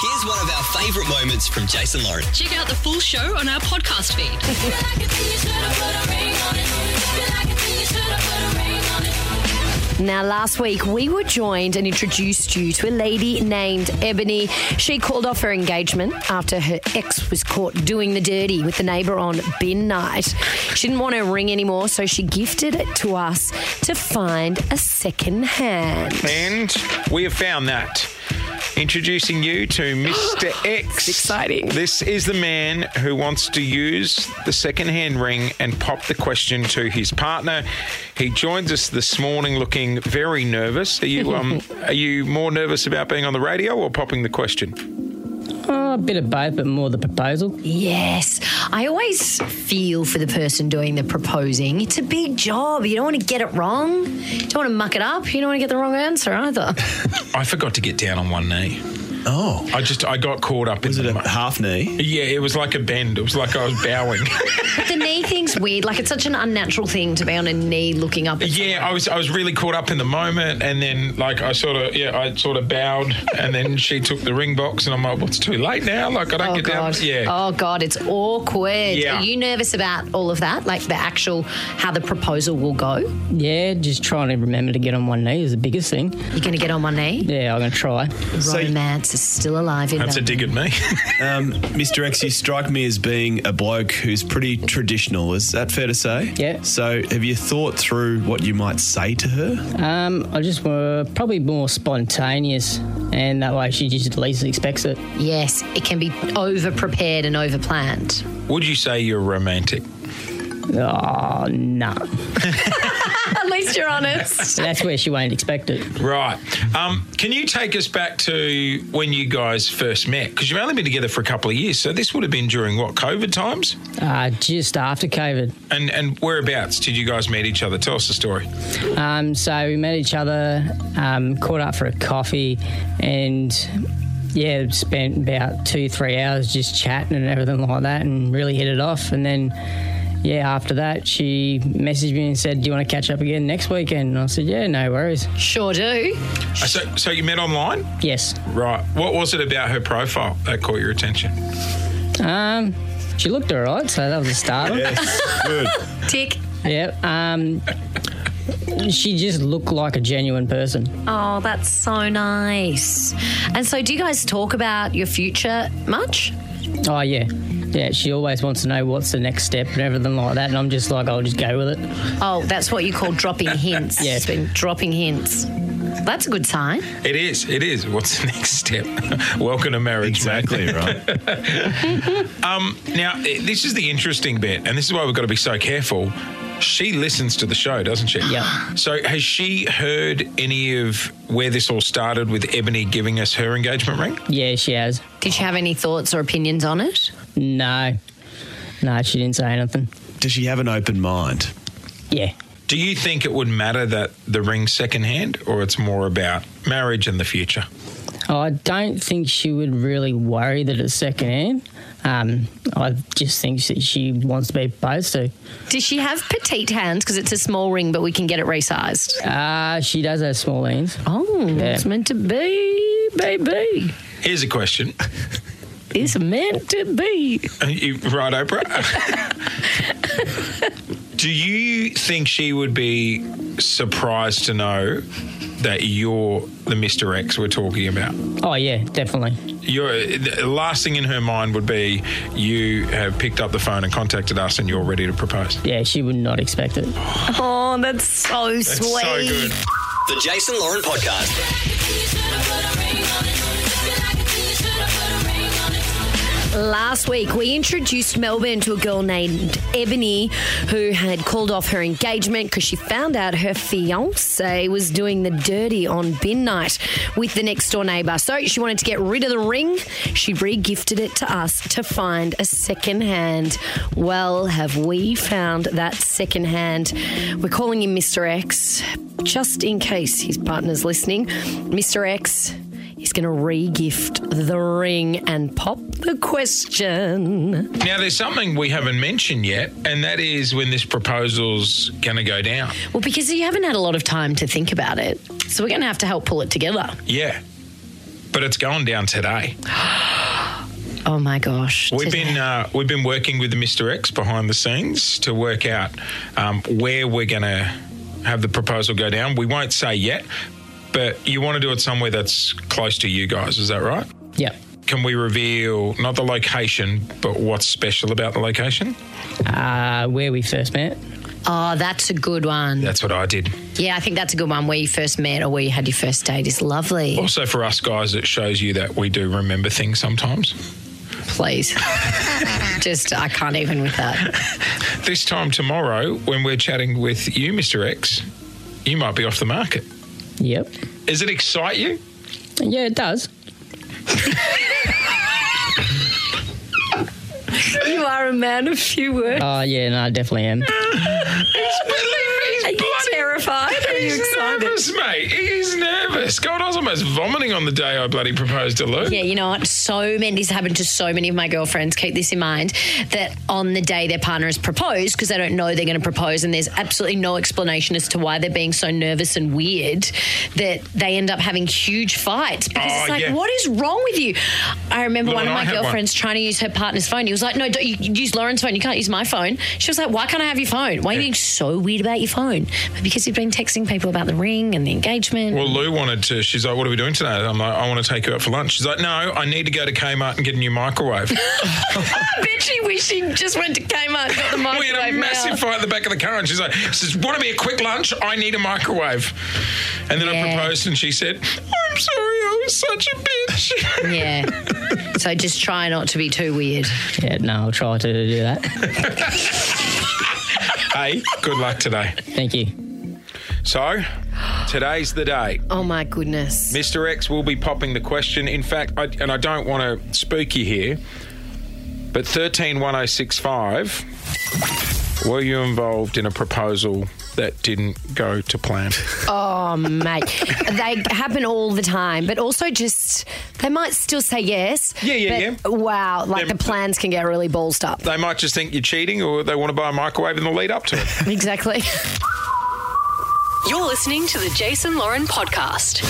Here's one of our favourite moments from Jason Lauren. Check out the full show on our podcast feed. Now, last week we were joined and introduced you to a lady named Ebony. She called off her engagement after her ex was caught doing the dirty with the neighbour on bin night. She didn't want her ring anymore, so she gifted it to us to find a second hand. And we have found that. Introducing you to Mr. X. exciting. This is the man who wants to use the second-hand ring and pop the question to his partner. He joins us this morning, looking very nervous. Are you um, are you more nervous about being on the radio or popping the question? Oh, a bit of both, but more the proposal. Yes, I always feel for the person doing the proposing. It's a big job. You don't want to get it wrong. You don't want to muck it up. You don't want to get the wrong answer either. I forgot to get down on one knee. Oh. I just I got caught up Was in it the a mo- half knee? yeah, it was like a bend. It was like I was bowing. the knee thing's weird. Like it's such an unnatural thing to be on a knee looking up. At Yeah, I was I was really caught up in the moment, and then like I sort of yeah I sort of bowed, and then she took the ring box, and I'm like, well, it's too late now. Like I don't Oh get god! down. Yeah. Oh god! It's awkward. Yeah. Are you nervous about all of that? Like the actual how the proposal will go? You're Yeah, just trying to remember to get on one knee is the biggest thing. going to get on one knee. Yeah, I'm going to try. Romance is still alive in That's a that. dig at me. Um, Mr. X, you strike me as being a bloke who's pretty traditional. Is that fair to say? Yeah. So have you thought through what you might say to her? Um, I just were probably more spontaneous, and that way she just at least expects it. yes, it can be over prepared and over planned. Would you say you're romantic? Oh, no. At least you're honest. That's where she won't expect it. Right. Um, can you take us back to when you guys first met? Because you've only been together for a couple of years, so this would have been during what COVID times? Uh, just after COVID. And and whereabouts did you guys meet each other? Tell us the story. Um, so we met each other, um, caught up for a coffee, and yeah, spent about two, three hours just chatting and everything like that, and really hit it off. And then, yeah, after that, she messaged me and said, "Do you want to catch up again next weekend?" And I said, "Yeah, no worries." Sure do. Uh, So so you met online, Yes. right? What was it about her profile that caught your attention? Um, she looked alright, so that was a start. Good. Tick. yeah. Um, she just looked like a genuine person. Oh, that's so nice. And so, do you guys talk about your future much? Oh yeah. Yeah, she always wants to know what's the next step and everything like that. And I'm just like, I'll just go with it. Oh, that's what you call dropping hints. Yeah. It's been dropping hints. That's a good sign. It is. It is. What's the next step? Welcome to marriage. mate. Exactly right. Now, eh, this is the interesting bit, and this is why we've got to be so careful. She listens to the show, doesn't she? Yeah. So, has she heard any of where this all started with Ebony giving us her engagement ring? Yeah, she has. Did you have any thoughts or opinions on it? No. No, she didn't say anything. Does she have an open mind? Yeah. Do you think it would matter that the ring's secondhand, or it's more about marriage and the future? I don't think she would really worry that it's secondhand. Um, I just think that she wants to be proposed to. Does she have petite hands? Because it's a small ring, but we can get it resized. Uh, she does have small hands. Oh, it's meant to be, baby. Here's a question. It's meant to be. Are you right, Oprah? Do you think she would be surprised to know that you're the Mr. X we're talking about? Oh, yeah, definitely. Your the last thing in her mind would be you have picked up the phone and contacted us, and you're ready to propose. Yeah, she would not expect it. Oh, that's so That's sweet. so good. The Jason Lauren Podcast. Last week, we introduced Melbourne to a girl named Ebony who had called off her engagement because she found out her fiance was doing the dirty on bin night with the next door neighbour. So she wanted to get rid of the ring. She re gifted it to us to find a second hand. Well, have we found that second hand? We're calling him Mr. X just in case his partner's listening. Mr. X. He's going to re gift the ring and pop the question. Now, there's something we haven't mentioned yet, and that is when this proposal's going to go down. Well, because you haven't had a lot of time to think about it. So we're going to have to help pull it together. Yeah. but it's going down today. Oh my gosh. We've Today. been uh, we've been working with Mr. X behind the scenes to work out um, where we're going to have the proposal go down. We won't say yet, but you want to do it somewhere that's close to you guys. Is that right? Yep. Can we reveal not the location, but what's special about the location? Uh, where we first met. Oh, that's a good one. That's what I did. Yeah, I think that's a good one. Where you first met or where you had your first date is lovely. Also, for us guys, it shows you that we do remember things sometimes. Please. Just, I can't even with that. This time tomorrow, when we're chatting with you, Mr. X, you might be off the market. Yep. Does it excite you? Yeah, it does. You are a man of few words. Oh, yeah, no, I definitely am. Are you terrified? Are you He's excited? nervous, mate. He's nervous. God, I was almost vomiting on the day I bloody proposed to Lou. Yeah, you know what? So many, this happened to so many of my girlfriends. Keep this in mind that on the day their partner is proposed, because they don't know they're going to propose, and there's absolutely no explanation as to why they're being so nervous and weird, that they end up having huge fights. Because Oh, it's like, yeah. what is wrong with you? I remember Lauren, one of my I had one. girlfriends trying to use her partner's phone. He was like, no, don't, you you use Lauren's phone. You can't use my phone. She was like, why can't I have your phone? Why are you Yeah. being so weird about your phone? Because you've been texting people about the ring and the engagement. Well, Lou wanted to. She's like, "What are we doing today?" I'm like, "I want to take you out for lunch." She's like, "No, I need to go to Kmart and get a new microwave." I bet she wish she just went to Kmart and got the we microwave had a massive now. fight at the back of the car, and she's like, she "Says, want to be a quick lunch? I need a microwave." And then I Yeah. proposed, and she said, "I'm sorry, I was such a bitch." Yeah. So just try not to be too weird. Yeah, no, I'll try to do that. hey, good luck today. Thank you. So, today's the day. Oh my goodness. Mr. X will be popping the question. In fact, I, and I don't want to spook you here, but 131065, were you involved in a proposal that didn't go to plan? Oh, mate. they happen all the time, but also just, they might still say yes. Yeah, yeah, but Wow, like Yeah. the plans can get really ballsed up. they might just think you're cheating or they want to buy a microwave in the lead up to it. Exactly. You're listening to the Jason Lauren podcast.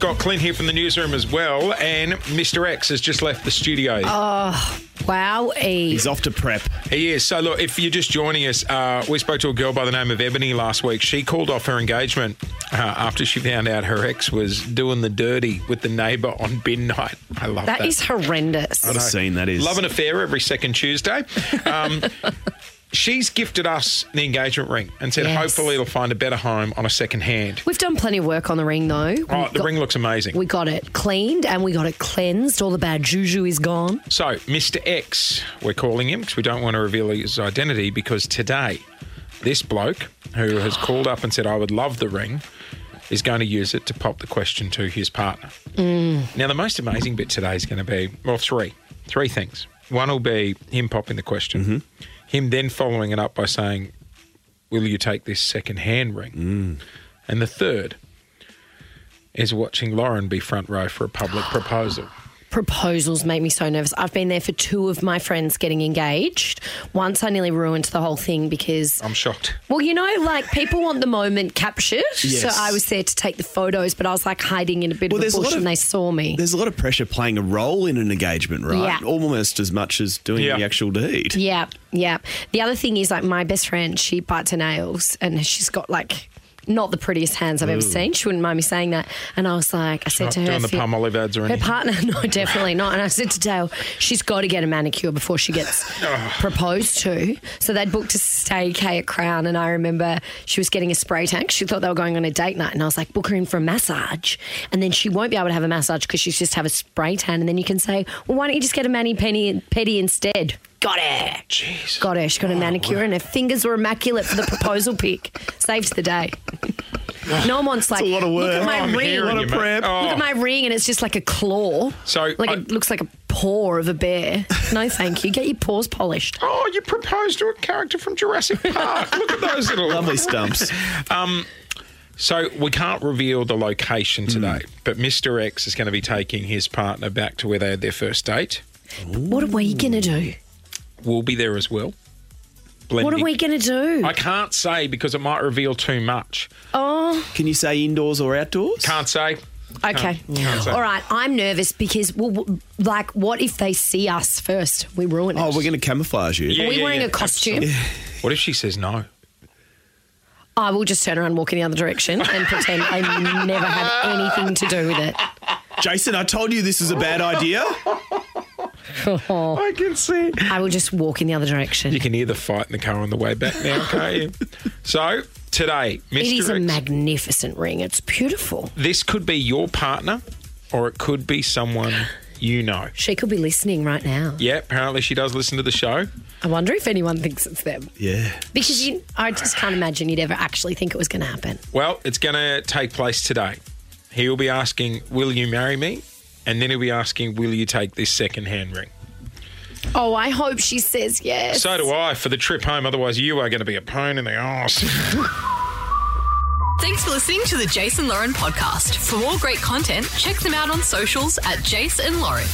Got Clint here from the newsroom as well, and Mr. X has just left the studio. Wow. E. He's off to prep. He is. So, look, if you're just joining us, uh, we spoke to a girl by the name of Ebony last week. She called off her engagement uh, after she found out her ex was doing the dirty with the neighbour on bin night. I love that. That is horrendous. What a scene that is. Love an affair every second Tuesday. Um, she's gifted us the engagement ring and said, Yes. hopefully, it'll find a better home on a second hand. We've done plenty of work on the ring, though. We Oh, the got- ring looks amazing. We got it cleaned and we got it cleansed. All the bad juju is gone. So, Mr. X, we're calling him because we don't want to reveal his identity because today, this bloke who has called up and said, I would love the ring, is going to use it to pop the question to his partner. Now, the most amazing bit today is going to be, well, three, three things. One will be him popping the question, him then following it up by saying, Will you take this second hand ring? And the third is watching Lauren be front row for a public proposal. Proposals make me so nervous. I've been there for two of my friends getting engaged. Once I nearly ruined the whole thing because, I'm shocked. well, you know, like people want the moment captured. So Yes. I was there to take the photos, but I was like hiding in a bit Well, of a there's a bush lot and of- they saw me. There's a lot of pressure playing a role in an engagement, right? Yeah. Almost as much as doing Yeah. the actual deed. Yeah, yeah. The other thing is like my best friend, she bites her nails and she's got like not the prettiest hands I've ever seen. She wouldn't mind me saying that. And I was like, I said not to her, doing the if you- palm olive ads or her anything. partner, no, definitely not. And I said to Dale, she's got to get a manicure before she gets proposed to. So they'd booked a staycay at Crown, and I remember she was getting a spray tank. She thought they were going on a date night, and I was like, book her in for a massage, and then she won't be able to have a massage because she's just have a spray tan, and then you can say, well, why don't you just get a mani penny pedi instead? Got her. Jeez. Got her. She got a manicure and her fingers were immaculate for the proposal pic. Saved the day. No one wants like a lot of look at work. my I'm ring. hearing What a you, mate. prep. Oh. Look at my ring and it's just like a claw. So, like I- it looks like a paw of a bear. No, thank you. Get your paws polished. Oh, you proposed to a character from Jurassic Park. Look at those little. Lovely stumps. So we can't reveal the location today, but Mr. X is going to be taking his partner back to where they had their first date. What are we gonna do? We'll be there as well. blending. What are we going to do? I can't say because it might reveal too much. oh, Can you say indoors or outdoors? Can't say. okay. Can't say. All right. I'm nervous because, well, w- like, what if they see us first? We ruin it. Oh, we're going to camouflage you. Yeah, are we yeah, wearing yeah. a costume? What if she says no? I will just turn around, walk in the other direction, and pretend I never had anything to do with it. Jason, I told you this was a bad idea. I can see. I will just walk in the other direction. You can hear the fight in the car on the way back now, can't you? So today, Mr. It is a X, magnificent ring. It's beautiful. this could be your partner, or it could be someone you know. She could be listening right now. Yeah, apparently she does listen to the show. I wonder if anyone thinks it's them. Yeah. Because you, I just can't imagine you'd ever actually think it was going to happen. Well, it's going to take place today. He'll be asking, "Will you marry me?" And then he'll be asking, "Will you take this second-hand ring?" Oh, I hope she says yes. So do I for the trip home. Otherwise, you are going to be a pain in the arse. Thanks for listening to the Jason Lauren podcast. For more great content, check them out on socials at Jason Lauren.